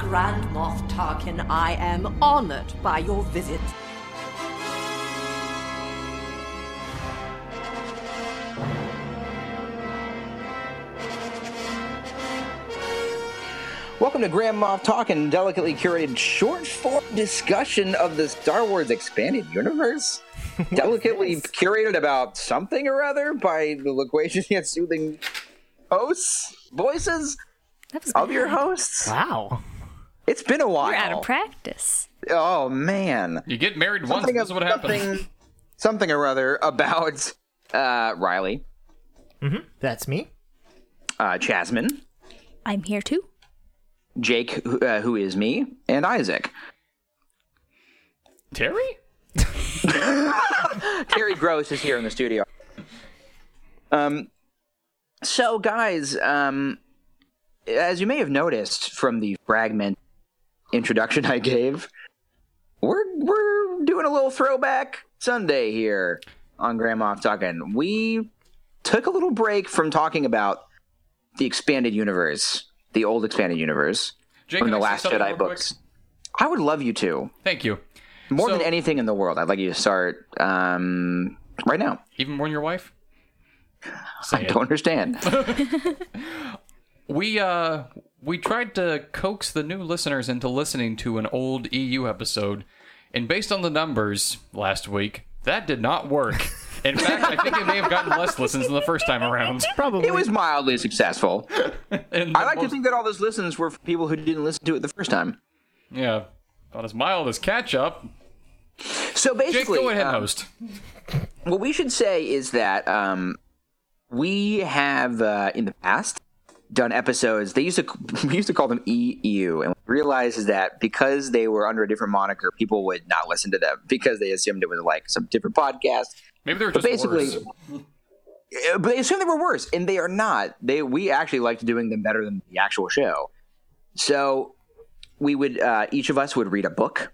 Grand Moff Tarkin, I am honored by your visit. Welcome to Grand Moff Talking, delicately curated short form discussion of the Star Wars expanded universe. delicately curated about something or other by the loquacious yet soothing hosts, voices That was of your bad. hosts. Wow. It's been a while. You're out of practice. oh man, You get married once, something this is what happens. something, something or other about uh, Riley, That's me. uh, Jasmine, I'm here too. Jake, who- uh, who is me, and Isaac. Terry? Terry Gross is here in the studio. Um, so guys, um, as you may have noticed from the fragment introduction I gave, we're we're doing a little throwback Sunday here on Grandma Talking. We took a little break from talking about the expanded universe, the old expanded universe Jake, from the can I say Last something Jedi real quick? books. I would love you to Thank you. more So- than anything in the world. I'd like you to start um, right now. Even more than your wife? Say I it. don't understand. We uh we tried to coax the new listeners into listening to an old EU episode, and based on the numbers last week, that did not work. In fact, I think it may have gotten less listens than the first time around. Probably. It was mildly successful. And I like to most- think that all those listens were for people who didn't listen to it the first time. Yeah. Not as mild as catch up. So Jake, basically, go ahead, um, host. what we should say is that um, we have uh, in the past done episodes. They used to we used to call them EU, and what we realized is that because they were under a different moniker, people would not listen to them because they assumed it was like some different podcast. Maybe they were But just basically, worse. Uh, but they assume they were worse, and they are not. They we actually liked doing them better than the actual show. So we would uh, each of us would read a book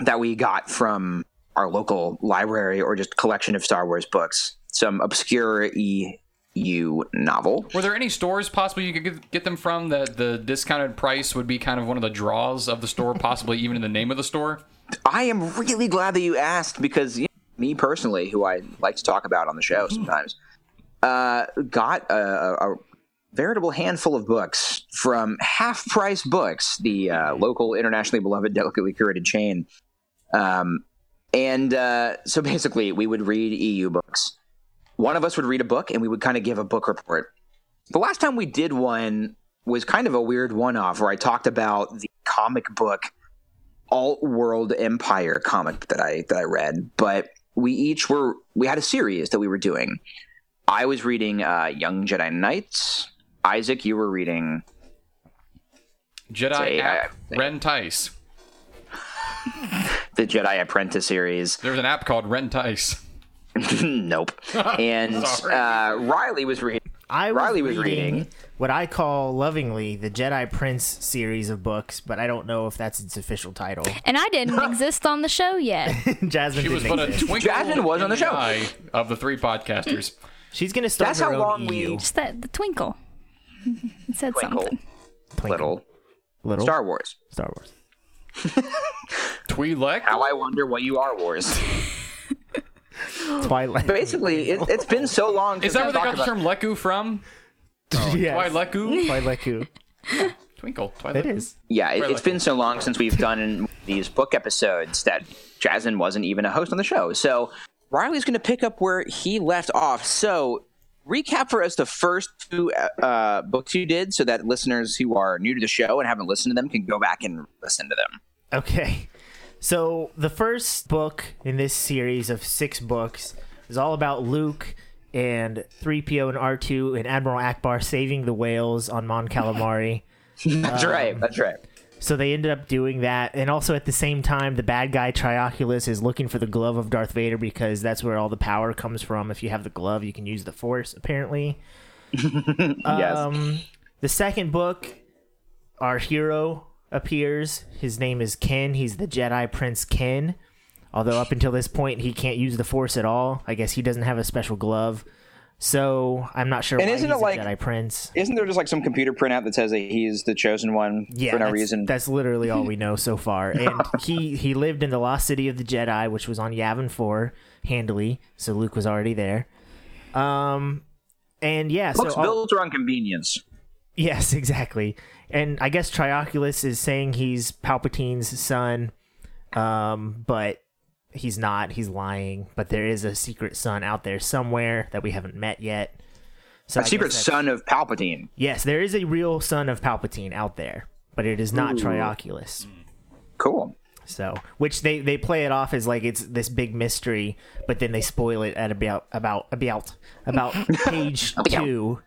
that we got from our local library or just collection of Star Wars books, some obscure EU novel. Were there any stores possibly you could get- get them from that the discounted price would be kind of one of the draws of the store, possibly even in the name of the store? I am really glad that you asked because you know, me personally, who I like to talk about on the show sometimes, uh, got a, a, a veritable handful of books from Half Price Books, the uh, local, internationally beloved, delicately curated chain. Um, and uh, so basically, we would read EU books. One of us would read a book, and we would kind of give a book report. The last time we did one was kind of a weird one-off where I talked about the comic book alt world empire comic that I that I read, but we each were we had a series that we were doing. I was reading uh, Young Jedi Knights. Isaac, you were reading. Jedi Say, app, I- Ren Tice. The Jedi Apprentice series. There's an app called Ren Tice. nope. And Sorry. uh, Riley was reading. I was Riley was reading, reading. what I call lovingly the Jedi Prince series of books, but I don't know if that's its official title. And I didn't exist on the show yet. Jasmine She was didn't but a exist. twinkle Jasmine was on in the show. eye of the three podcasters. She's gonna start That's her how own E long we- EU. Just that the twinkle. It said Twinkle, something. Plink. little little Star Wars. Star Wars. Twi'lek? How I wonder what you are, Wars. Twilight. Basically, it, it's been so long. Is since that I where they talked got the about- term Leku from? yes. Twi'leku? Twilight Coup. Twinkle. Twi'leku. It is. Yeah, it, Twilight. it's been so long since we've done these book episodes that Jasmine wasn't even a host on the show. So Riley's going to pick up where he left off. So recap for us the first two uh, books you did, so that listeners who are new to the show and haven't listened to them can go back and listen to them. Okay. So the first book in this series of six books is all about Luke and 3PO and R2 and Admiral Akbar saving the whales on Mon Calamari. That's right. That's right. so they ended up doing that. And also at the same time, the bad guy Trioculus is looking for the glove of Darth Vader because that's where all the power comes from. If you have the glove, you can use the force, apparently. yes. Um, the second book, our hero appears. His name is Ken. He's the Jedi Prince Ken. Although up until this point, he can't use the Force at all. I guess he doesn't have a special glove. So I'm not sure And why isn't he's it like- a Jedi Prince. Isn't there just like some computer printout that says that he's the chosen one Yeah, for no that's, reason? That's literally all we know so far. And he he lived in the lost city of the Jedi, which was on Yavin Four handily. So Luke was already there. Um, and yeah, Books so all- built around convenience. Yes, exactly. And I guess Trioculus is saying he's Palpatine's son, um, but he's not. He's lying. But there is a secret son out there somewhere that we haven't met yet. So A I secret guess that- son of Palpatine. Yes, there is a real son of Palpatine out there, but it is not Trioculus. Cool. So, which they they play it off as like it's this big mystery, but then they spoil it at about about about about page two.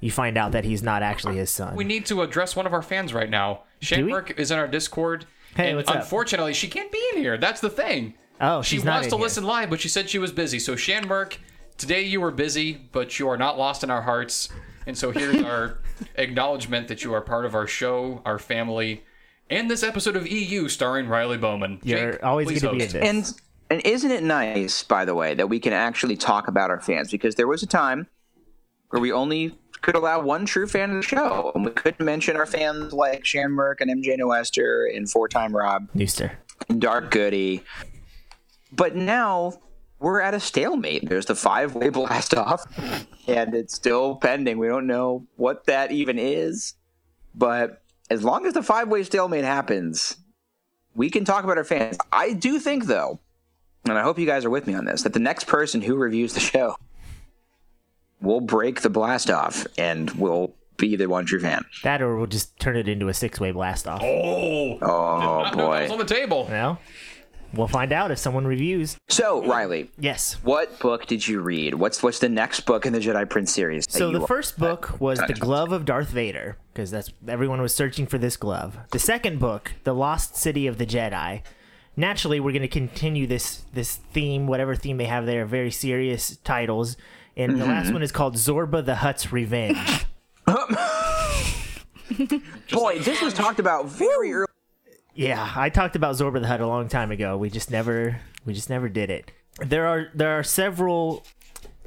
You find out that he's not actually his son. We need to address one of our fans right now. we? Shamrock is in our Discord. Hey, and what's up? unfortunately, she can't be in here. That's the thing. oh, She she's not wants in to here. listen live, but she said she was busy. So Shanmerk, today you were busy, but you are not lost in our hearts. And so here's our acknowledgement that you are part of our show, our family, and this episode of EU starring Riley Bowman. You're Jake, always please going to be in host. this. And and isn't it nice, by the way, that we can actually talk about our fans? Because there was a time where we only could allow one true fan of the show, and we couldn't mention our fans like Shan Merck and MJ Noester and Four Time Rob Newster. and Dark Goody. But now we're at a stalemate. There's the five way blast off, and it's still pending. We don't know what that even is. But as long as the five way stalemate happens, we can talk about our fans. I do think, though, and I hope you guys are with me on this, that the next person who reviews the show will break the blast off and will be the one true fan. That or we'll just turn it into a six way blast off. Oh, Oh, no, that was boy. on the table. Well, we'll find out if someone reviews. So, Riley, Yes. What book did you read? What's what's the next book in the Jedi Prince series? that So you- the first book was The Glove of Darth Vader, because that's everyone was searching for this glove. The second book, The Lost City of the Jedi. Naturally, we're going to continue this this theme, whatever theme they have there, very serious titles. And the Mm-hmm. last one is called Zorba the Hutt's Revenge. boy, this was talked about very early. Yeah, I talked about Zorba the Hutt a long time ago. We just never we just never did it. There are there are several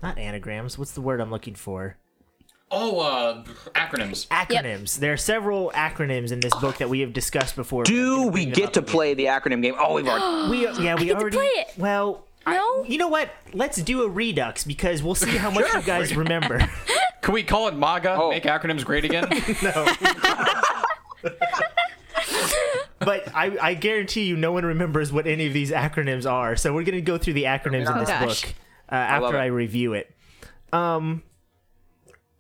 not anagrams, what's the word I'm looking for? Oh, uh, acronyms. Acronyms. There are several acronyms in this book that we have discussed before. Do we get to play the acronym game? Oh, we've already. we yeah, we get to already play it. Well, I- No? you know what? Let's do a redux because we'll see how much you guys remember. Can we call it MAGA? Oh. Make acronyms great again? but I, I guarantee you, no one remembers what any of these acronyms are. So we're gonna go through the acronyms in Oh, this gosh. book uh, after it. I review it. Um,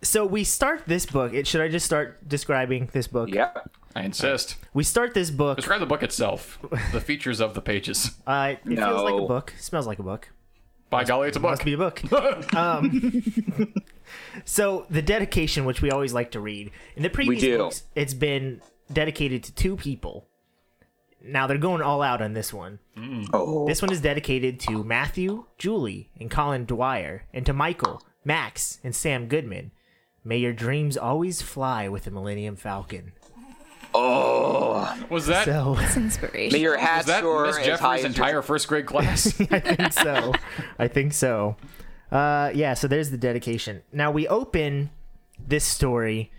so we start this book. It should I just start describing this book? Yep. I insist. We start this book. Describe the book itself, the features of the pages. Uh, it feels like a No. book. Smells like a book. By golly, it's a book. Must be a book. um, so the dedication, which we always like to read, in the previous do. books, it's been dedicated to two people. Now they're going all out on this one. Oh, This one is dedicated to Matthew, Julie, and Colin Dwyer, and to Michael, Max, and Sam Goodman. May your dreams always fly with the Millennium Falcon. oh. Was that So It's May inspiration. your hat was that soar as Miss high as Jeffrey's your- entire first grade class? I think so. I think so. Uh, yeah, so there's the dedication. Now we open this story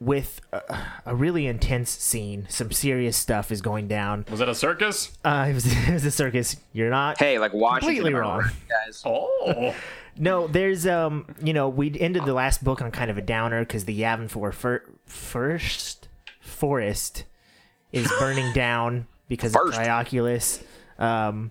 with a, a really intense scene. Some serious stuff is going down. was that a circus? Uh, it, was, it was a circus. You're not. Hey, like Washington. Completely wrong. Guys. Oh, No, there's um, you know, we ended the last book on kind of a downer because the Yavin Four fir- first forest is burning down because First. of Trioculus. Um,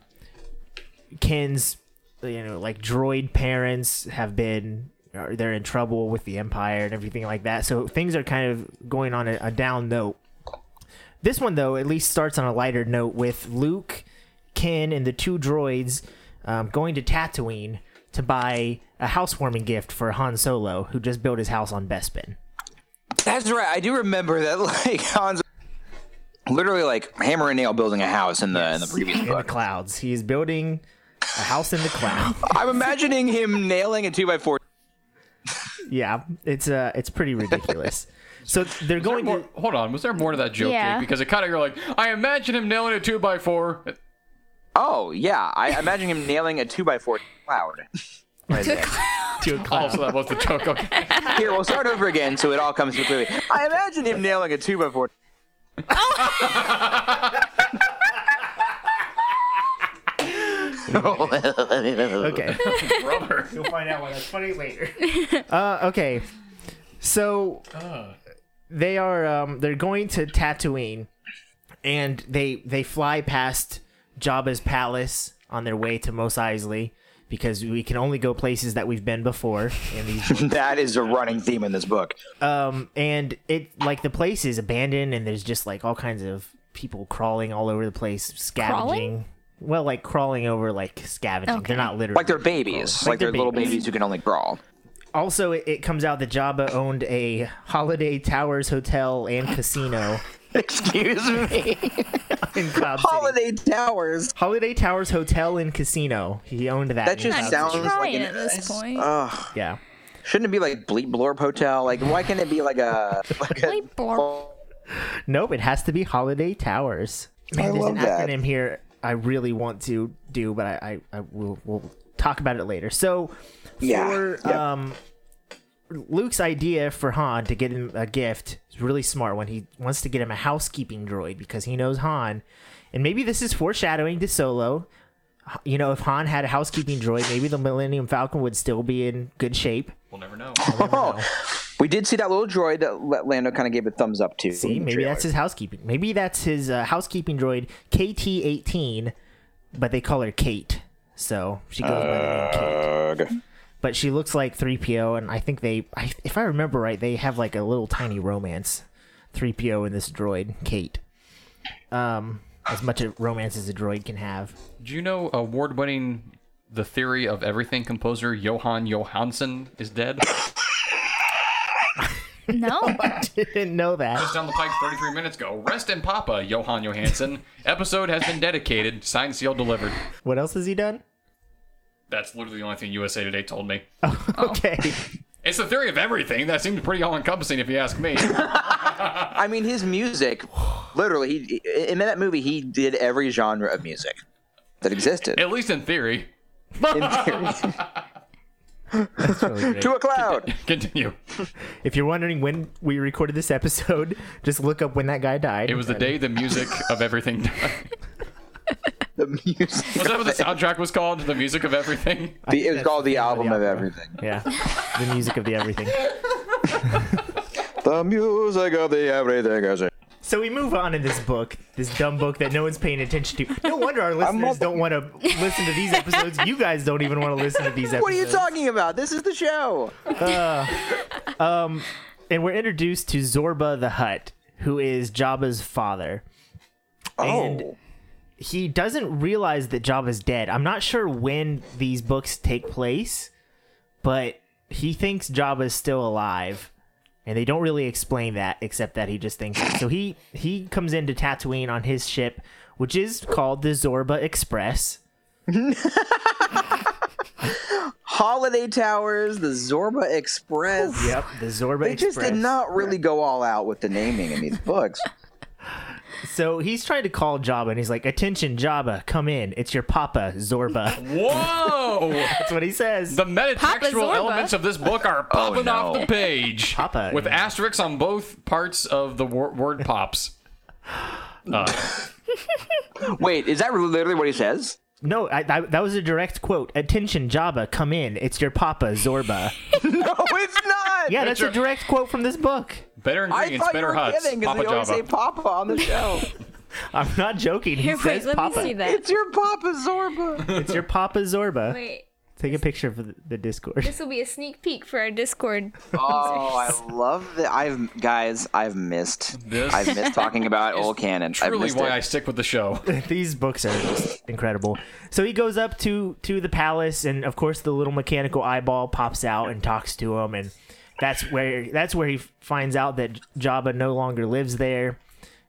Ken's, you know, like droid parents have been are- they're in trouble with the Empire and everything like that. So things are kind of going on a, a down note. This one though, at least starts on a lighter note with Luke, Ken, and the two droids um, going to Tatooine to buy a housewarming gift for Han Solo, who just built his house on Bespin. That's right. I do remember that. Like Hans, literally like hammer and nail building a house in the in the previous in the book. clouds. He is building a house in the clouds. I'm imagining him nailing a two by four. yeah, it's uh, it's pretty ridiculous. So they're going More- to hold on. Was there more to that joke? Yeah. Jake? Because it kind of you're like, I imagine him nailing a two by four. Oh yeah, I imagine him nailing a two by four cloud. Right there. to a clown. Also, that was the joke. Okay. Here, we'll start over again so it all comes through clearly. I imagine him nailing a two by four. Okay. Brother. You'll find out why that's funny later. uh, okay. So Uh. they are um, they're going to Tatooine, and they they fly past Jabba's palace on their way to Mos Eisley because we can only go places that we've been before in these that is a running theme in this book. um and it like the place is abandoned and there's just like all kinds of people crawling all over the place scavenging Crawling? well like crawling over like scavenging Okay. they're not literally Like they're babies. Like Like, they're they're, little babies. babies who can only crawl. also it, it comes out that Jabba owned a holiday towers hotel and casino Excuse me. in Cloud City. Holiday Towers. Holiday Towers Hotel and Casino. He owned that. That in just Cloud sounds City. like Trying an at this point. yeah. Shouldn't it be like Bleep Blorp Hotel? Like, why can't it be like a like a Bleep Blorp. Nope, it has to be Holiday Towers. Man, I there's an love that. acronym here I really want to do, but I, I, I will we'll talk about it later. So Yeah, for yep. um Luke's idea for Han to get him a gift is really smart when he wants to get him a housekeeping droid because he knows Han. And maybe this is foreshadowing to Solo. H- You know, if Han had a housekeeping droid, maybe the Millennium Falcon would still be in good shape. We'll never know. Oh, we did see that little droid that L- Lando kind of gave a thumbs up to. See, maybe that's his housekeeping. Maybe that's his uh, housekeeping droid KT18, but they call her Kate. So she goes by the name Uh. Kate. But she looks like 3PO, and I think they, I, if I remember right, they have like a little tiny romance. 3PO and this droid, Kate. Um, as much a romance as a droid can have. Do you know award-winning The Theory of Everything composer Johan Johansson is dead? no. Didn't know that. Just down the pike 33 minutes ago. Rest in Papa, Johan Johansson. Episode has been dedicated. Signed, sealed, delivered. What else has he done? That's literally the only thing USA Today told me. Oh. Okay. It's the theory of everything. That seems pretty all-encompassing, if you ask me. I mean, his music, literally, he in that movie, he did every genre of music that existed. At least in theory. In theory. to a cloud. Continue. If you're wondering when we recorded this episode, just look up when that guy died. It was the day the music of everything died. The music. Was that what the soundtrack was called? The music of everything? The, it was called the album of album. everything. Yeah. The music of the everything. The music of the everything. So we move on in this book, this dumb book that no one's paying attention to. No wonder our listeners not- don't want to listen to these episodes. You guys don't even want to listen to these episodes. What are you talking about? This is the show. And we're introduced to Zorba the Hutt, who is Jabba's father. And- Oh, He doesn't realize that Jabba's dead. I'm not sure when these books take place, but he thinks Jabba's still alive. And they don't really explain that, except that he just thinks it. So he he comes into Tatooine on his ship, which is called the Zorba Express. Holiday Towers, the Zorba Express. Yep, the Zorba They just did not really go all out with the naming in these books. So he's trying to call Jabba, and he's like, "Attention, Jabba, come in. It's your papa, Zorba." Whoa! That's what he says. The metatextual Zorba. elements of this book are popping no. off the page. Papa. With asterisks on both parts of the wor- word pops. Uh, Wait, is that literally what he says? no, I, I, that was a direct quote. "Attention, Jabba, come in. It's your papa, Zorba." No, it's not. Yeah, that's a direct quote from this book. Better I ingredients, thought you better were huts. kidding because Papa they always say Java. Papa on the show. I'm not joking. He Wait, says let papa. me see that. it's your Papa Zorba. It's your papa, Zorba. Wait, Take a picture for the, the Discord. this will be a sneak peek for our Discord. Oh, I love that. I've guys, I've missed. This I've missed talking about old canon. I've Truly missed why I it. stick with the show. These books are just incredible. So he goes up to to the palace, and of course, the little mechanical eyeball pops out and talks to him, and that's where that's where he finds out that Jabba no longer lives there,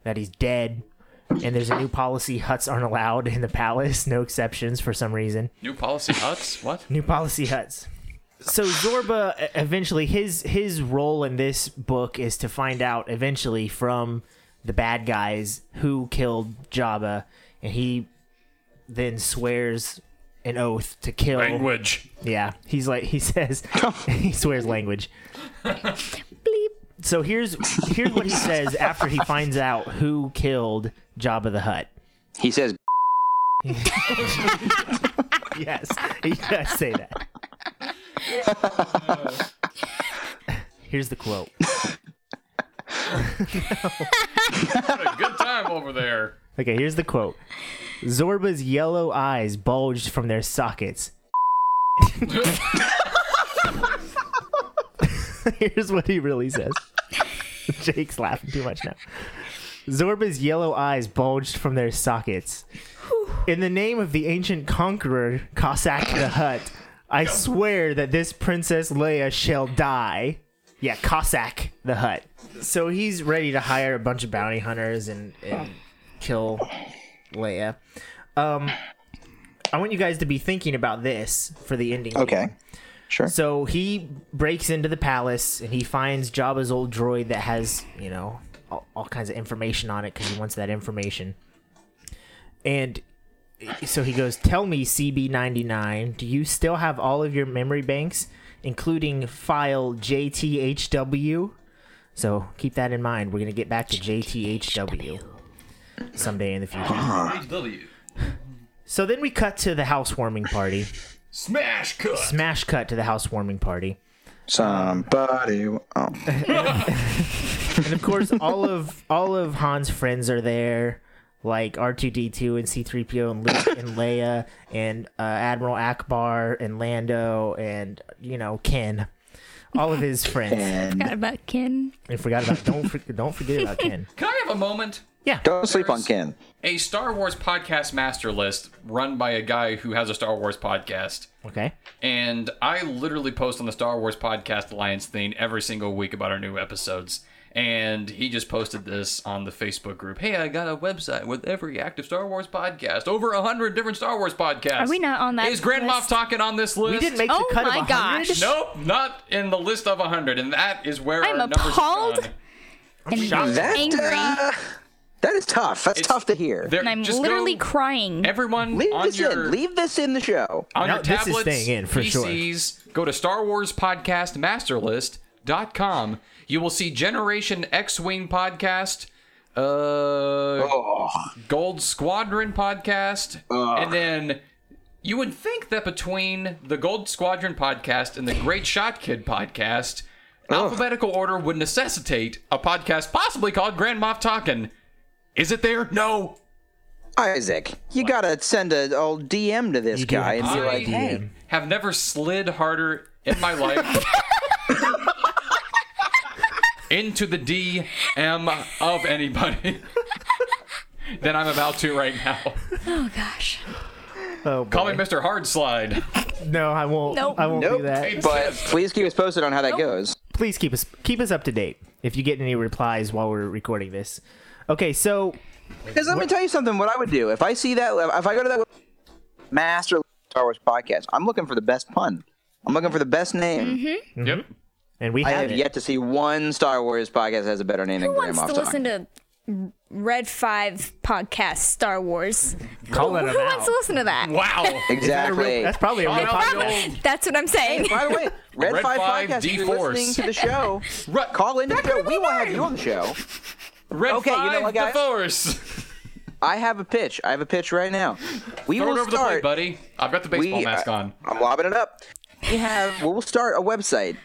that he's dead, and there's a new policy: huts aren't allowed in the palace, no exceptions for some reason. New policy huts? What? New policy huts. So Zorba e- eventually his his role in this book is to find out eventually from the bad guys who killed Jabba and he then swears an oath to kill. Language. Yeah, he's like he says he swears language. So here's here's what he says after he finds out who killed Jabba the Hutt. He says, Yes, he does say that. Here's the quote. Had a good time over there. Okay, here's the quote. Zorba's yellow eyes bulged from their sockets. here's what he really says. Jake's laughing too much now. Zorba's yellow eyes bulged from their sockets. In the name of the ancient conqueror, Cossack the Hutt, I swear that this Princess Leia shall die. Yeah, Cossack the Hutt. So he's ready to hire a bunch of bounty hunters and, and kill Leia. Um, I want you guys to be thinking about this for the ending. okay. Sure. So he breaks into the palace and he finds Jabba's old droid that has, you know, all, all kinds of information on it because he wants that information. And so he goes, Tell me, CB99, do you still have all of your memory banks, including file JTHW? So keep that in mind. We're going to get back to JTHW someday in the future. W. So then we cut to the housewarming party. Smash cut. Smash cut to the housewarming party. Somebody. Oh. and of course all of all of Han's friends are there, like R two D two and C three PO and Luke and Leia and uh, Admiral Akbar and Lando and you know Ken, all of his friends. And Forgot about Ken. I forgot about don't for, don't forget about Ken. Can I have a moment? Yeah, don't sleep on Ken. A Star Wars podcast master list run by a guy who has a Star Wars podcast. okay. And I literally post on the Star Wars Podcast Alliance thing every single week about our new episodes. And he just posted this on the Facebook group. Hey, I got a website with every active Star Wars podcast. Over a hundred different Star Wars podcasts. Are we not on that Is Grand Moff list? Talking on this list? We didn't make Oh the cut my of 100? gosh. Nope, not in the list of hundred. And that is where I'm our numbers appalled. have gone. And shocked. That, Angry. uh, that is tough. That's It's- tough to hear. There- and I'm just literally go- crying. Everyone Leave on this your in. Leave this in the show. on No, your this is tablets, staying in for sure. PCs, go to Star Wars Podcast Masterlist.com. You will see Generation X Wing Podcast, uh, Oh, Gold Squadron Podcast, and then you would think that between the Gold Squadron Podcast and the Great Shot Kid Podcast, alphabetical order would necessitate a podcast possibly called Grand Moff Talkin. Is it there? No. Isaac, you gotta send an old DM to this You do guy have and to be send like, a "Hey, DM. Have never slid harder in my life into the DM of anybody than I'm about to right now. Oh gosh. Oh, boy. Call me Mr. Hard Slide. No, I won't. Nope. I won't Nope. do that. but please keep us posted on how that goes." Please keep us keep us up to date if you get any replies while we're recording this. Okay, so Because let me tell you something. What I would do if I see that, if I go to that master Star Wars podcast, I'm looking for the best pun. I'm looking for the best name. Mm-hmm. Yep. and we I have, have it. yet to see one Star Wars podcast that has a better name than Who Graham wants Off to Talk. listen to Red Five podcast Star Wars? Call that Who out. wants to listen to that? Wow. Exactly. That's probably a real Shout out to podcast. the old That's what I'm saying. By the way, Red, Red Five, Five Podcast, if you're D-Force. listening to the show, Right. call into the show. We want to have you on the show. Red Okay, you know Five what, guys? Divorce. I have a pitch. I have a pitch right now. We Throw it will over the start. plate, buddy. I've got the baseball we, uh, mask I- on. I'm lobbing it up. We have. We'll start a website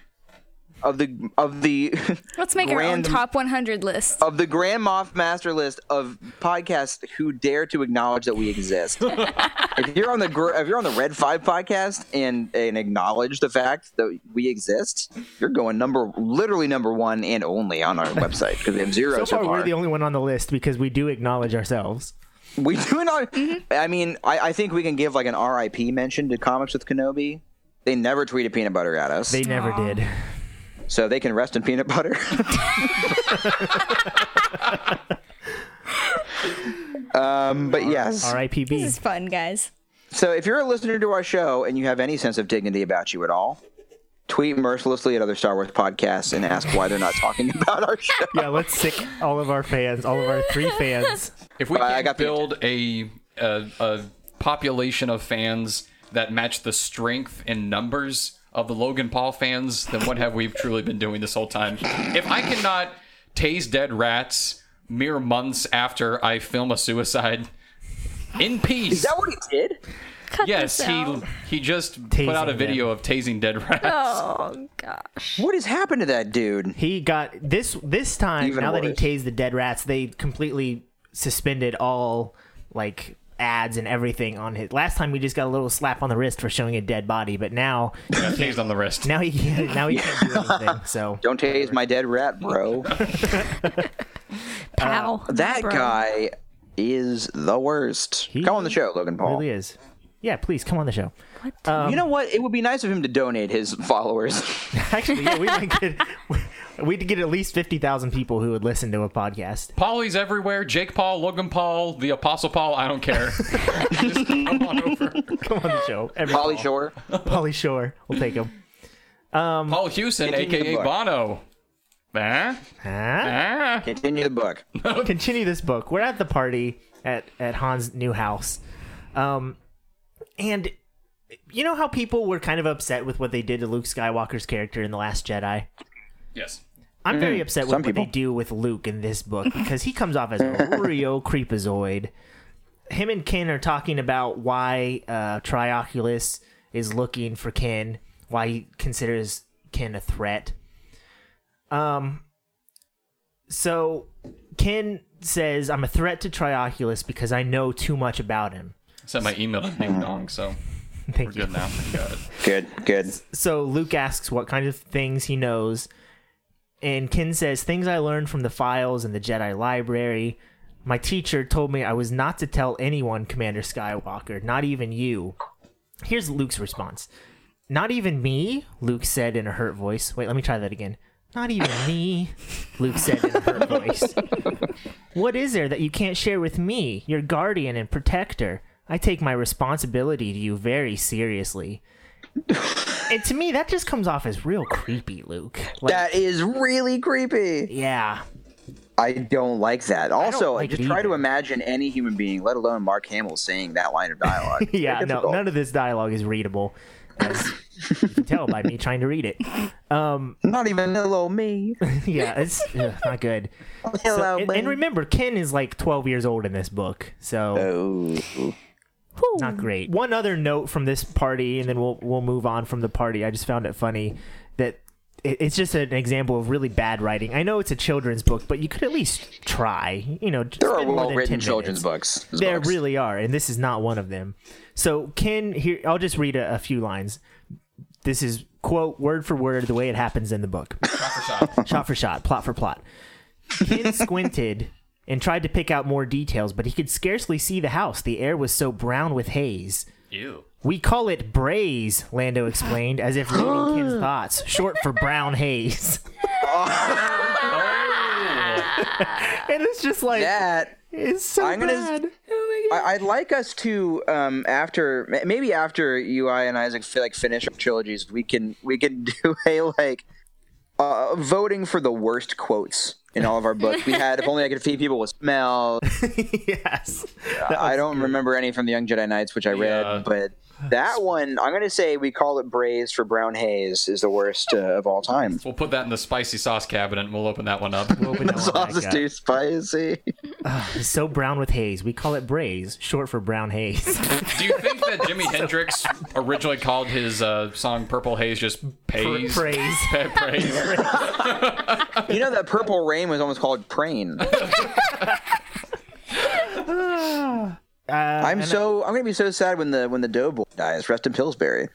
of the of the Let's make our own Random- top 100 list. of the Grand Moff Master list of podcasts who dare to acknowledge that we exist. if you're on the gr- if you're on the Red Five podcast and and acknowledge the fact that we exist, you're going number literally number one and only on our website because we have zero So so far, far. we're the only one on the list because we do acknowledge ourselves. we do not. I mean, I, I think we can give like an RIP mention to Comics with Kenobi. They never tweeted peanut butter at us, They never did. so they can rest in peanut butter. um, but yes, This is R.I.P.B. fun, guys. So if you're a listener to our show and you have any sense of dignity about you at all, tweet mercilessly at other Star Wars podcasts and ask why they're not talking about our show. Yeah, let's sick all of our fans, all of our three fans. If we I can got the- build a, a a population of fans that match the strength and numbers of the Logan Paul fans, then what have we truly been doing this whole time? If I cannot tase dead rats mere months after I film a suicide in peace, Is that what he did? Cut yes, this he out. he just put Tasing out a video them. of tasing dead rats. Oh gosh. What has happened to that dude? He got this this time. Even now worse. that he tased the dead rats, they completely suspended all like ads and everything on his. Last time we just got a little slap on the wrist for showing a dead body, but now Yeah, tased on the wrist. now he can't, now he can't do anything. So Don't tase my dead rat, bro. Pow. Uh, that Bro. guy is the worst. Come on the show, Logan Paul. really is. Yeah, please come on the show. you know what? It would be nice of him to donate his followers. Actually, yeah, we might get we'd get at least fifty thousand people who would listen to a podcast. Paulie's everywhere. Jake Paul, Logan Paul, the Apostle Paul. I don't care. Just come on over. Come on the show, every Polly Shore. Polly Shore. We'll take him. Paul Hewson, Continue the aka book. Bono. Eh? Huh? Eh? Continue the book. Ah, continue this book. We're at the party at at Hans' new house, um, and you know how people were kind of upset with what they did to Luke Skywalker's character in the Last Jedi. Yes. I'm very upset with Hmm. Some what they people. do with Luke in this book because he comes off as a real creepazoid. Him and Ken are talking about why uh, Trioculus is looking for Ken, why he considers Ken a threat. Um, so Ken says, "I'm a threat to Trioculus because I know too much about him." Sent my email to Ding Dong, so we're Thank you. good now. Got it. Good, good. so Luke asks what kind of things he knows, and Ken says things I learned from the files in the Jedi library. My teacher told me I was not to tell anyone, Commander Skywalker, not even you. Here's Luke's response. Not even me, Luke said in a hurt voice. Wait, let me try that again. Not even me, Luke said in a hurt voice. What is there that you can't share with me, your guardian and protector? I take my responsibility to you very seriously. and to me, that just comes off as real creepy, Luke. Like, That is really creepy. yeah, I don't like that. Also, like just it try either. to imagine any human being, let alone Mark Hamill, saying that line of dialogue. It's yeah. very No, difficult. none of this dialogue is readable. As you can tell by me trying to read it. Not even hello me. Yeah, it's ugh, not good. So- Hello and, me. and remember, Ken is like 12 years old in this book, so. Oh. not great. One other note from this party, and then we'll we'll move on from the party. I just found it funny that it, it's just an example of really bad writing. I know it's a children's book, but you could at least try. You know, There are well-written children's books. There books. really are, and this is not one of them. So Ken, here I'll just read a, a few lines. This is quote word for word the way it happens in the book shot for shot, plot for plot. Ken squinted and tried to pick out more details, but he could scarcely see the house. The air was so brown with haze. Ew. We call it braise, Lando explained, as if reading Ken's thoughts, short for brown haze. and it's just like that. it's so I'm gonna- bad. I, I'd like us to um, after ma- maybe after you, I, and Isaac fi- like finish up trilogies, we can we can do a like uh, voting for the worst quotes in all of our books. We had if only I could feed people with smell. yes. I don't remember any from the Young Jedi Knights, which I read, Yeah. but that one I'm gonna say we call it braised for brown haze is the worst uh, of all time. We'll put that in the spicy sauce cabinet and we'll open that one up. Open up Sauce is that guy. too spicy. It's so brown with haze. We call it braise, short for brown haze. Do you think that Jimi Hendrix originally called his uh, song Purple Haze just Pays? praise. Pe- praise. You know that Purple Rain was almost called Prain. I'm so I'm gonna be so sad when the when the Doughboy dies. Rest in Pillsbury.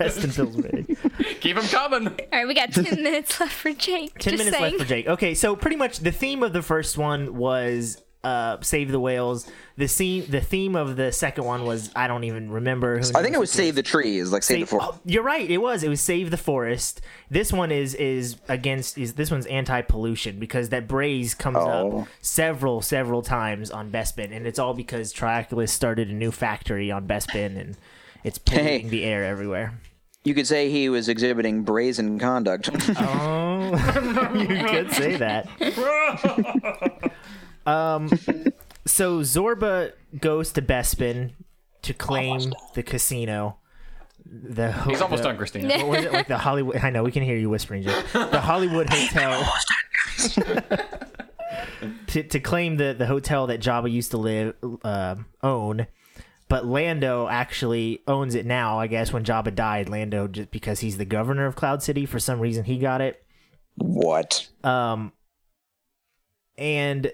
Rest in Pillsbury. Keep him coming. All right, we got 10 minutes left for Jake. 10 Just minutes saying. left for Jake. Okay, so pretty much the theme of the first one was uh save the whales. The scene the theme of the second one was I don't even remember who I think it was Save the Trees, like Save, the Forest. Oh, you're right. It was. It was save the forest. This one is is against. Is this one's anti-pollution because that braise comes Oh. up several several times on Bespin, and it's all because Trioculus started a new factory on Bespin, and it's polluting the air everywhere. You could say he was exhibiting brazen conduct. you could say that. um, so Zorba goes to Bespin to claim the casino. The ho- He's almost the, done, Christina. What was it like the Hollywood? I know we can hear you whispering, Jake. The Hollywood Hotel. to, to claim the the hotel that Jabba used to live um own, but Lando actually owns it now. I guess when Jabba died, Lando just because he's the governor of Cloud City for some reason he got it. What? Um, and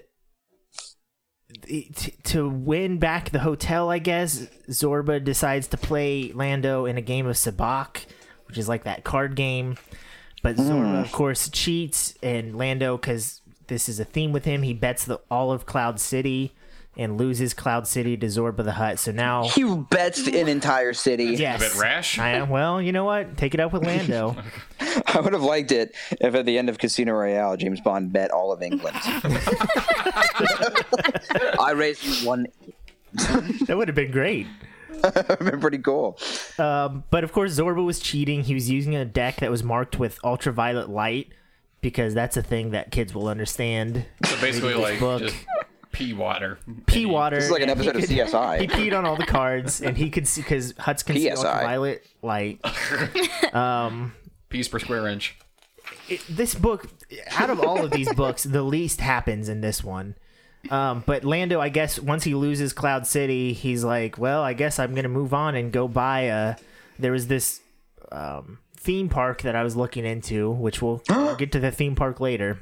t- to win back the hotel, I guess Zorba decides to play Lando in a game of Sabacc, which is like that card game. But Zorba, of course, cheats, and Lando, because this is a theme with him, he bets the all of Cloud City and loses Cloud City to Zorba the Hut. So now, He bets an entire city. yes, A bit rash. I am. Well, you know what? Take it up with Lando. I would have liked it if at the end of Casino Royale, James Bond bet all of England. I raised one. that would have been great. Pretty cool. But of course, Zorba was cheating. He was using a deck that was marked with ultraviolet light because that's a thing that kids will understand. So basically, Reading this like book. just pee water. Pee water. This is like an and he episode of could- He CSI. peed on all the cards, and he could see because Huts can see PSI. ultraviolet light. Pees per square inch. It- this book, out of all of these books, the least happens in this one. Um, but Lando, I guess, once he loses Cloud City, he's like, "Well, I guess I'm gonna move on and go buy a." There was this um, theme park that I was looking into, which we'll we'll get to the theme park later.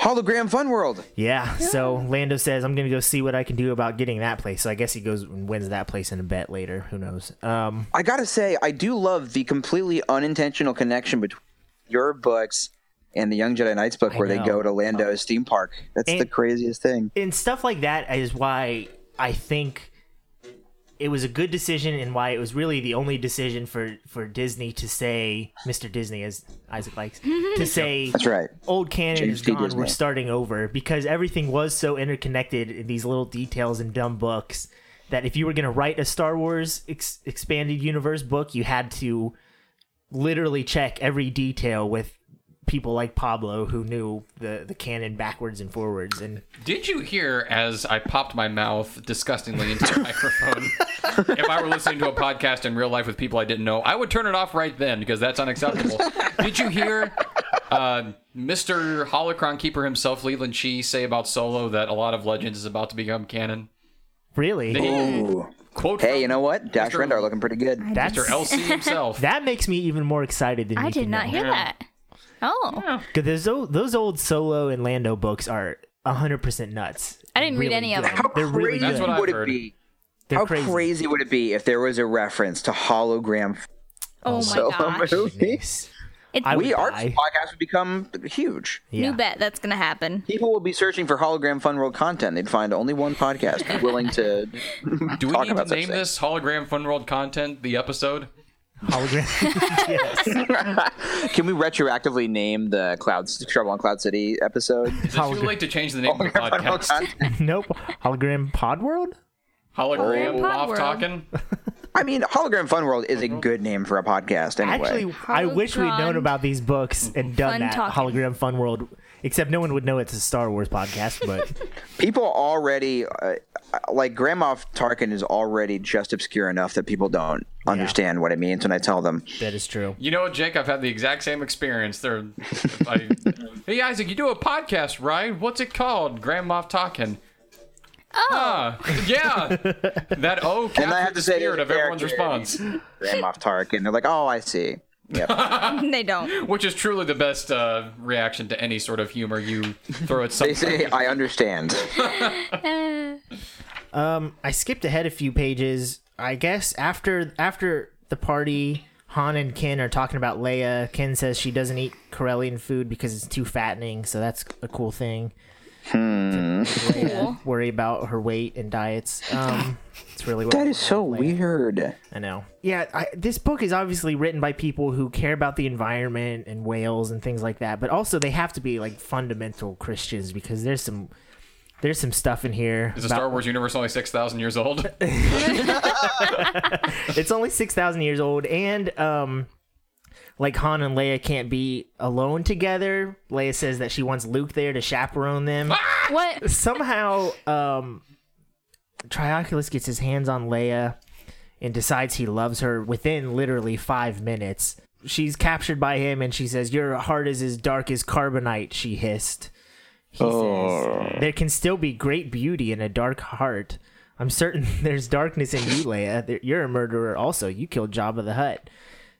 Hologram Fun World. Yeah, so Lando says, I'm going to go see what I can do about getting that place. So I guess he goes and wins that place in a bet later. Who knows? Um, I gotta say, I do love the completely unintentional connection between your books and the Young Jedi Knights book, where they know. go to Lando's theme park. That's the And- craziest thing. and stuff like that is why I think it was a good decision and why it was really the only decision for, for Disney to say, Mr. Disney, as Isaac likes, to say, That's right. old canon James is D. gone. Disney. We're starting over because everything was so interconnected in these little details and dumb books that if you were going to write a Star Wars ex- expanded universe book, you had to literally check every detail with people like Pablo who knew the the canon backwards and forwards. And Did you hear as I popped my mouth disgustingly into the microphone? if I were listening to a podcast in real life with people I didn't know, I would turn it off right then because that's unacceptable. Did you hear uh, Mr. Holocron Keeper himself, Leland Chi, say about Solo that a lot of Legends is about to become canon? really, Ooh. Quote Hey, from you know what? Dash Mr. Rendar looking pretty good. that's Mr. LC himself. that makes me even more excited than I you did can not know. hear Yeah. that. Oh, Cause those old, those old Solo and Lando books are hundred percent nuts. I didn't read any of good. them. They're crazy really good. That's what I've would it heard. be? They're How crazy. crazy. would it be if there was a reference to hologram oh my solo gosh. movies? Yes. It's- I We would our die. podcast would become huge. Yeah. New bet that's gonna happen. People will be searching for hologram fun world content. They'd find only one podcast willing to Do we talk need to about such name things. this hologram fun world content the episode? hologram. yes. Can we retroactively name the Cloud Trouble on Cloud City episode? Is it too Hologram. late to change the name of the Hologram Fun World podcast? content? Nope. Hologram Pod World? Hologram Hologram Pod off World. talking? I mean, hologram fun world is a good name for a podcast. Anyway, Actually, I wish we'd known Hologram about these books and done Fun that talking. hologram fun world. Except no one would know it's a Star Wars podcast, but people already uh, like Grandma Tarkin is already just obscure enough that people don't understand what it means when I tell them. that is true. You know what, Jake? I've had the exact same experience. There, I, hey Isaac, you do a podcast, right? What's it called? Grand Moff Talking. Oh, yeah. That O And I have captured the to say, spirit there's of a everyone's response, character named Grandma Tarkin. They're like, oh, I see. They don't. which is truly the best uh, reaction to any sort of humor you throw at They something. say, I understand. I skipped ahead a few pages. I guess after after the party, Han and Ken are talking about Leia. Ken says she doesn't eat Corellian food because it's too fattening, so that's a cool thing. Hmm. Cool. Worry about her weight and diets. Um, it's really that is so weird. I know. Yeah, I, this book is obviously written by people who care about the environment and whales and things like that, but also they have to be like fundamental Christians because there's some there's some stuff in here. Is the about- Star Wars universe only six thousand years old? It's only six thousand years old, and um, like Han and Leia can't be alone together. Leia says that she wants Luke there to chaperone them. What? Somehow, um, Trioculus gets his hands on Leia, and decides he loves her within literally five minutes. She's captured by him and she says, Your heart is as dark as carbonite, she hissed. He Oh. says, There can still be great beauty in a dark heart. I'm certain there's darkness in you, Leia. There- You're a murderer also. You killed Jabba the Hutt.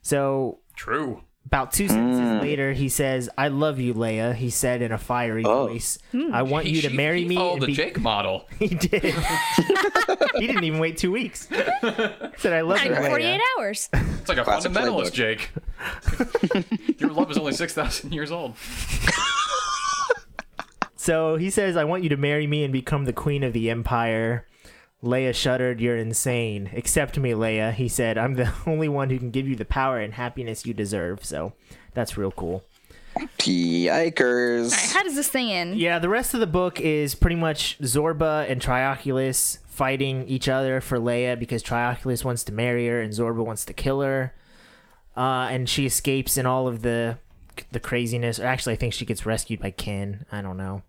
So True. about two sentences later, he says, "I love you, Leia." He said in a fiery voice, "I want you to She- marry Hmm. he me." followed and the be- Jake model. He did. he didn't even wait two weeks. said, "I love you, Like 48 Leia." hours. It's like a Classic fundamentalist, playbook. Jake. Your love is only six thousand years old. So he says, "I want you to marry me and become the queen of the empire." Leia shuddered. "You're insane. Accept me, Leia." He said, "I'm the only one who can give you the power and happiness you deserve." So that's real cool. Yikers. How does this thing end? Yeah, the rest of the book is pretty much Zorba and Trioculus fighting each other for Leia because Trioculus wants to marry her and Zorba wants to kill her. Uh, and she escapes in all of the the craziness. Actually, I think she gets rescued by Ken. I don't know.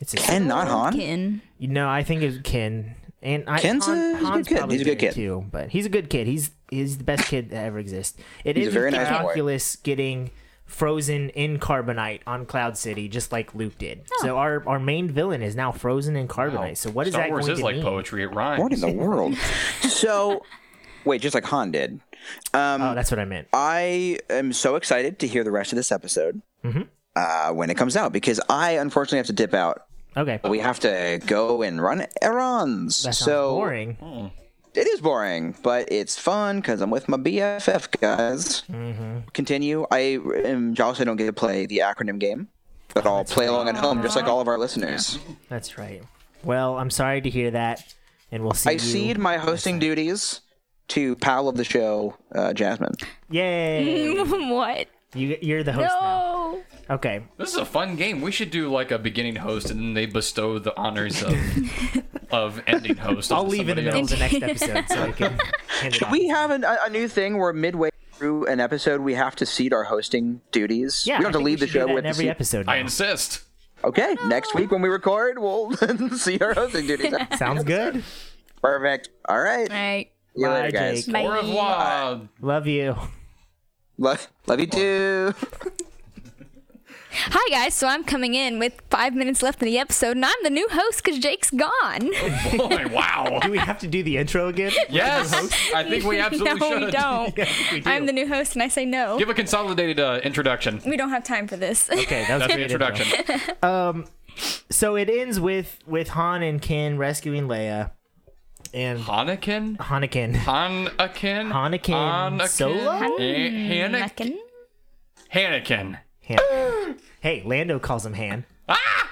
It's a, And not Han. Ken. no, I think it's Ken. And I, Ken's a- he's a good kid. probably He's a good there kid. too, but he's a good kid. He's he's the best kid that ever exists. It He's a is very nice boy. Trioculus getting frozen in carbonite on Cloud City, just like Luke did. So our our main villain is now frozen in carbonite. So what is Star that Wars going is to like mean? poetry. It rhymes. What in the world? so, wait, just like Han did. Um, Oh, that's what I meant. I am so excited to hear the rest of this episode Mm-hmm. uh, when it comes out because I unfortunately have to dip out. Okay, We have to go and run errands. that sounds so boring. it is boring, but it's fun because I'm with my BFF guys. Mm-hmm. Continue. I um, also don't get to play the acronym game, Oh, but I'll play along at home just like all of our listeners. That's right. Well, I'm sorry to hear that, and we'll see. I you. cede my hosting duties to pal of the show, uh, Jasmine. Yay! what? you, you're the host No. now. Okay. This is a fun game. We should do like a beginning host, and then they bestow the honors of of ending host. I'll onto leave in the somebody middle of else. the next episode so I can hand it off. We have an, a, a new thing where midway through an episode we have to cede our hosting duties. yeah, we don't I have to think leave the should do show that with in the every se- episode. I now. insist. Okay, next week when we record, we'll see our hosting duties. Sounds good. Perfect. All right. All right. See you Bye, later, guys. Jake. Au revoir. Love you. Love, love you too. Hi, guys. So I'm coming in with five minutes left in the episode, and I'm the new host because Jake's gone. Boy, wow. Do we have to do the intro again? Yes, I think we absolutely no, should. we don't. We do. I'm the new host, and I say no. Give a consolidated uh, introduction. we don't have time for this. okay, that was That's a the great intro. introduction. So it ends with with Han and Ken rescuing Leia and Hanakin? Hanakin. Hanakin? Hanakin Solo? Hanakin? Reckon. Hanakin. Han- hey, Lando calls him Han.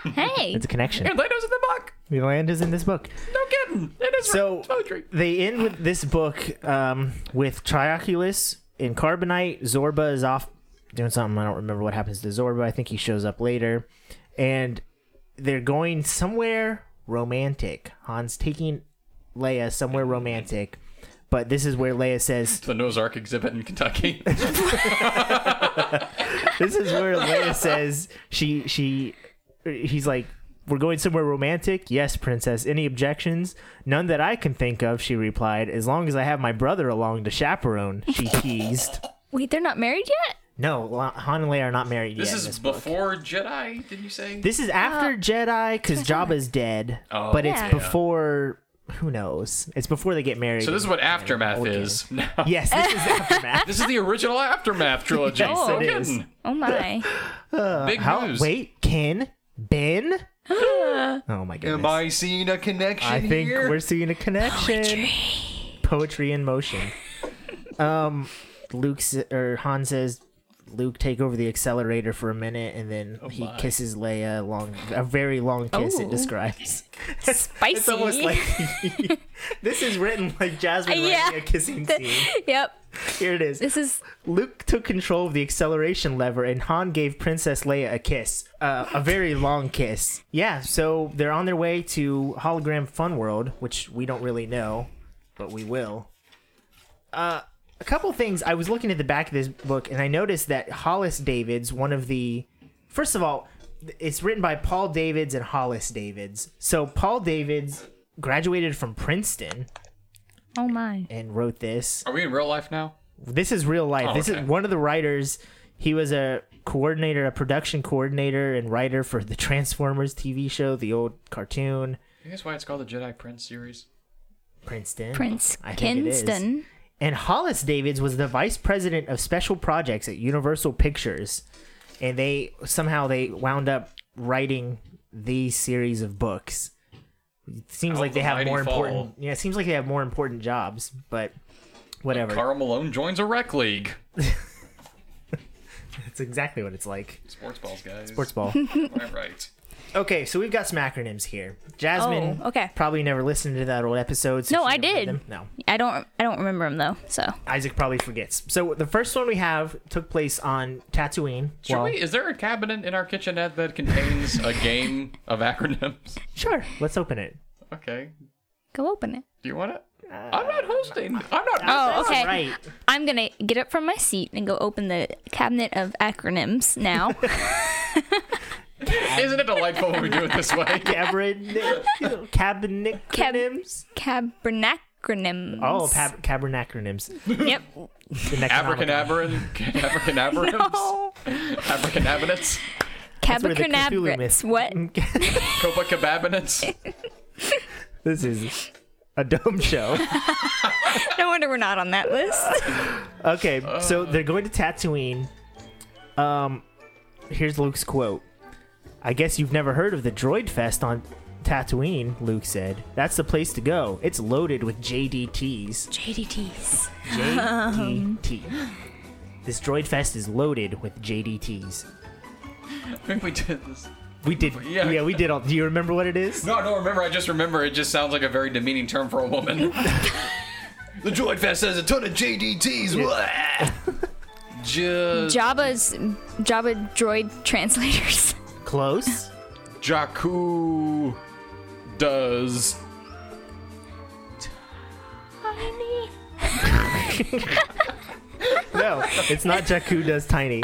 Hey. It's a connection. Lando's in the book. Lando's in this book. No kidding. It is So poetry. they end with this book um, with Trioculus in Carbonite. Zorba is off doing something. I don't remember what happens to Zorba. I think he shows up later. And they're going somewhere romantic. Han's taking Leia somewhere romantic. But this is where Leia says, The Noah's Ark exhibit in Kentucky. this is where Leia says she she he's like we're going somewhere romantic. Yes, princess. Any objections? None that I can think of, she replied. As long as I have my brother along to chaperone, she teased. Wait, they're not married yet? No, La- Han and Leia are not married this yet. is before Jedi, did you say? this is after Jedi because Jabba's dead, Oh, but yeah. it's before who knows. It's before they get married. so this is what Aftermath Okay. is. No. Yes, this is aftermath. This is the original Aftermath trilogy. Yes, no it kidding. is. Oh my. Big How? news. Wait, Ken, Ben. oh my goodness. Am I seeing a connection I think here? we're seeing a connection. Poetry, in motion. Um, Luke s- or Han says, "Luke, take over the accelerator for a minute," and then he my. kisses Leia. A long, a very long kiss. It Oh. describes. Spicy. It's almost like this is written like Jasmine Uh, Yeah. writing a kissing scene. yep. Here it is. This is Luke took control of the acceleration lever, and Han gave Princess Leia a kiss. Uh, a very long kiss. Yeah, so they're on their way to Hologram Fun World, which we don't really know, but we will. Uh, a couple things. I was looking at the back of this book, and I noticed that Hollis Davids, one of the. First of all, th- it's written by Paul Davids and Hollis Davids. So Paul Davids graduated from Princeton. Oh my. and wrote this. Are we in real life now? This is real life. Oh, this okay. is one of the writers. He was a coordinator, a production coordinator, and writer for the Transformers TV show, the old cartoon, I guess why it's called the Jedi Prince series. Princeton. Prince I think it is. Kinston. And Hollis Davids was the vice president of special projects at Universal Pictures, and they somehow they wound up writing these series of books. It seems How like the they have mighty more fall. important. Yeah, it seems like they have more important jobs, but whatever. Carl Malone joins a rec league. That's exactly what it's like. Sports balls, guys. Sports ball. All right. Okay, so we've got some acronyms here. Jasmine, Oh, okay. probably never listened to that old episode. so No, she I never read did. them. No, I don't. I don't remember him though. So Isaac probably forgets. So the first one we have took place on Tatooine. Should Well, we? Is there a cabinet in our kitchenette that contains a game of acronyms? Sure, let's open it. Okay. go open it. Do you want it? Uh, I'm not hosting. I'm not. Oh, That's okay. Right. I'm gonna get up from my seat and go open the cabinet of acronyms now. Isn't it delightful when we do it this way? Cabernet, cabernet Cab- acronyms. Cabernacronyms. Oh, pab- cabernet acronyms. Yep. The next Abracadabra. Abracadabra, abracadabrams, abracadabinets, where the Cthulhu Cabernacronyms. myth- What? copa cababinets. This is a dome show. No wonder we're not on that list. Okay, so they're going to Tatooine. Um, here's Luke's quote. I guess you've never heard of the Droid Fest on Tatooine, Luke said. That's the place to go. It's loaded with JDTs. JDTs. JDT. this Droid Fest is loaded with JDTs. I think we did this. We did, yeah, Yeah. we did all. Do you remember what it is? No, no. Remember, I just remember. It just sounds like a very demeaning term for a woman. the Droid Fest has a ton of JDTs. Blah. Just Jabba's Jabba droid translators. Close. Jakku does. No, it's not Jakku does tiny.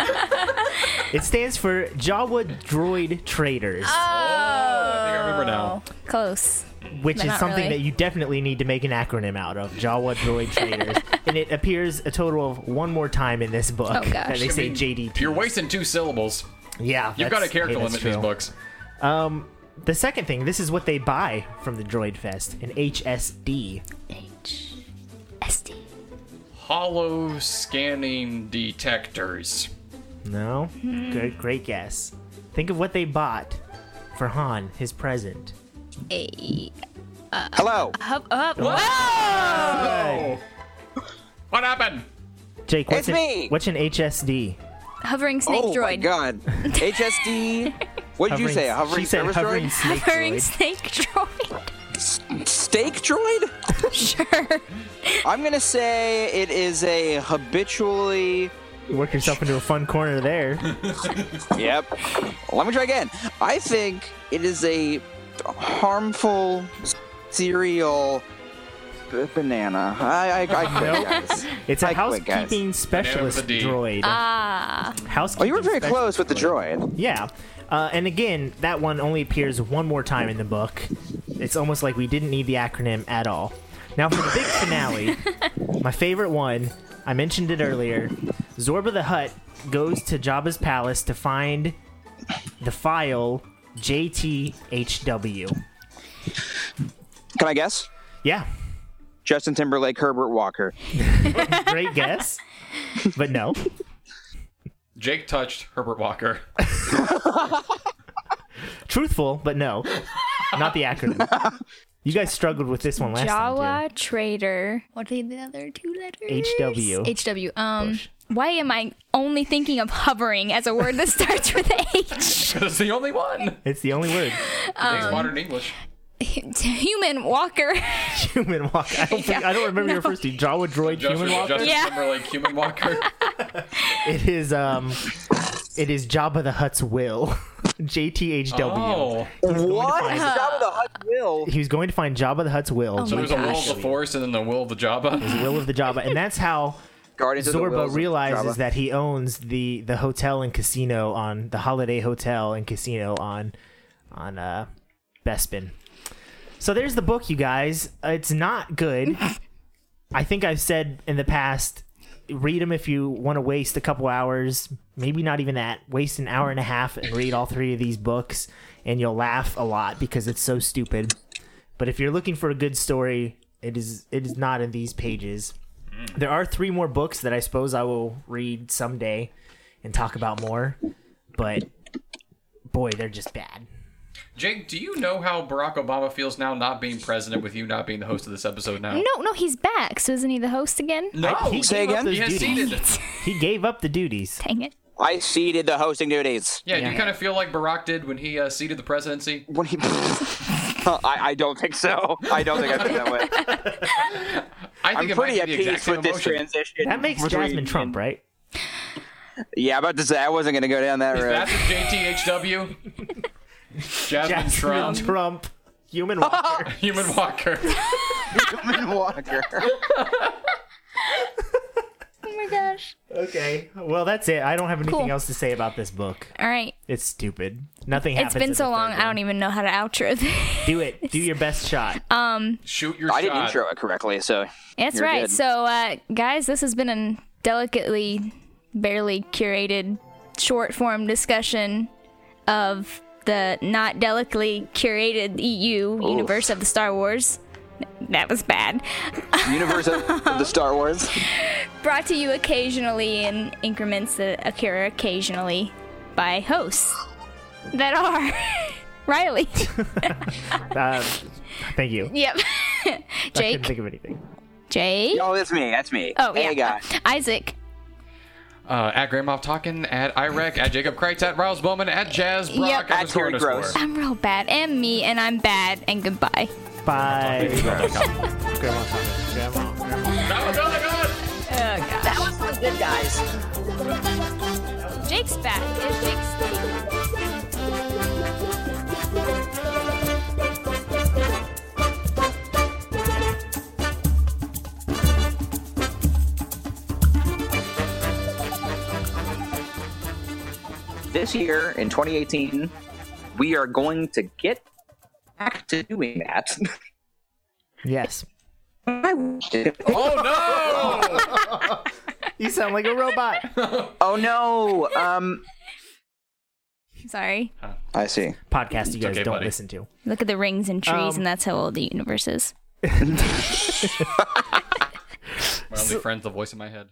It stands for Jawa Droid Traders. Oh. I think I remember now. Close. which But is not something really. that you definitely need to make an acronym out of Jawa Droid Traders. and it appears a total of one more time in this book. Oh, gosh. That they I say mean, JDT. You're wasting two syllables. Yeah. You've got a that's- character hey, limit that's in these true. books. Um, the second thing, this is what they buy from the Droid Fest an HSD. H S D. Hollow scanning detectors. No? Hmm. Good, great guess. Think of what they bought for Han, his present. A. Hello. Up, up. Oh. What happened? Jake, It's what's, an, me! what's an HSD? Hovering snake oh my droid. god. HSD. What did you Hovering- say? A hovering she said service hovering droid? snake Hovering droid. snake droid. Steak droid? sure. I'm gonna say it is a habitually. Work yourself into a fun corner there. Yep. Let me try again. I think it is a harmful cereal b- banana. I I, I quit, guys. It's a I quit, guys. housekeeping specialist D. droid. Ah. housekeeping. Well, Oh, you were very specialist. close with the droid. Yeah. Uh, and again, that one only appears one more time in the book. It's almost like we didn't need the acronym at all. Now, for the big finale, my favorite one, I mentioned it earlier Zorba the Hutt goes to Jabba's palace to find the file JTHW. Can I guess? Yeah, Justin Timberlake, Herbert Walker. great guess. But no. Jake touched Herbert Walker. Truthful, but no. Not the acronym. You guys struggled with this one last time. Jawa trader. What are the other two letters? HW. HW. Um. Bush. Why am I only thinking of hovering as a word that starts with H? That's the only one. Too. It's the only word. Today's Um, modern English. Human walker. human walker. I don't, think, I don't remember your first name. Jawa droid Justin, human walker. Justin Yeah. Timberlake, human walker. It is um, it is Jabba the Hutt's will. JTHW. Oh, What? Jabba the Hutt will. He was going to find Jabba the Hutt's will. so my there's a will of the gosh. force and then the will of the Jabba. will of the Jabba, and that's how Guardians of the Zorba Wills, realizes Jabba. that he owns the the hotel and casino on the Holiday Hotel and casino on on uh Bespin. So there's the book, you guys. Uh, It's not good. I think I've said in the past, read them if you want to waste a couple hours, maybe not even that, waste an hour and a half and read all three of these books, and you'll laugh a lot because it's so stupid. But if you're looking for a good story, it is it is not in these pages. There are three more books that I suppose I will read someday and talk about more, but boy, they're just bad. Jake, do you know how Barack Obama feels now not being president with you not being the host of this episode now? No, no, he's back. So isn't he the host Oh, again? No. he Say gave again? up those He has duties. seated. He gave up the duties. Dang it. I ceded the hosting duties. Yeah, do you kind of feel like Barack did when he uh, ceded the presidency? What he, I, I don't think so. I don't think I think that way. I I'm think it might pretty be at the exact peace same with this emotion. transition. That makes between- Jasmine Trump, right? Yeah, I'm about to say I wasn't going to go down that Is road. that the JTHW? Jasmine, Jasmine Trump, Trump, human walker. Human Walker. Walker. Oh my gosh. okay. Well, that's it. I don't have anything Cool. else to say about this book. All right. It's stupid. Nothing happens. It's been so long, I don't even even know how to outro this. do it. Do your best shot. Um, Shoot your I shot. didn't intro it correctly, so That's You're right. good. So, uh, guys, this has been a delicately, barely curated, short form discussion of the not delicately curated EU universe of the Star Wars. That was bad. universe of of the Star Wars. Brought to you occasionally in increments that occur occasionally by hosts that are Riley. Uh, thank you. Yep. I couldn't Jake. think of anything. Jake. Oh, that's me. That's me. Oh, hey, yeah. guys. Isaac. Uh, at Grand Moff Talking, at Irec, at Jacob Kreitz, at Riles Bowman, at Jazz Brock, Yep. At underscore, Terry underscore. Gross. I'm real bad. And me. And I'm bad. And goodbye. Bye. That Grandma. Thomas. Grandma. was really good! That was so good, guys. Jake's back. Is Jake's This year in 2018, we are going to get back to doing that. Yes. I watched it. Oh no! You sound like a robot. oh no. Um. Sorry. I see. Podcast you guys okay, don't buddy. listen to. Look at the rings and trees, Um, and that's how old the universe is. My only friend's the voice in my head.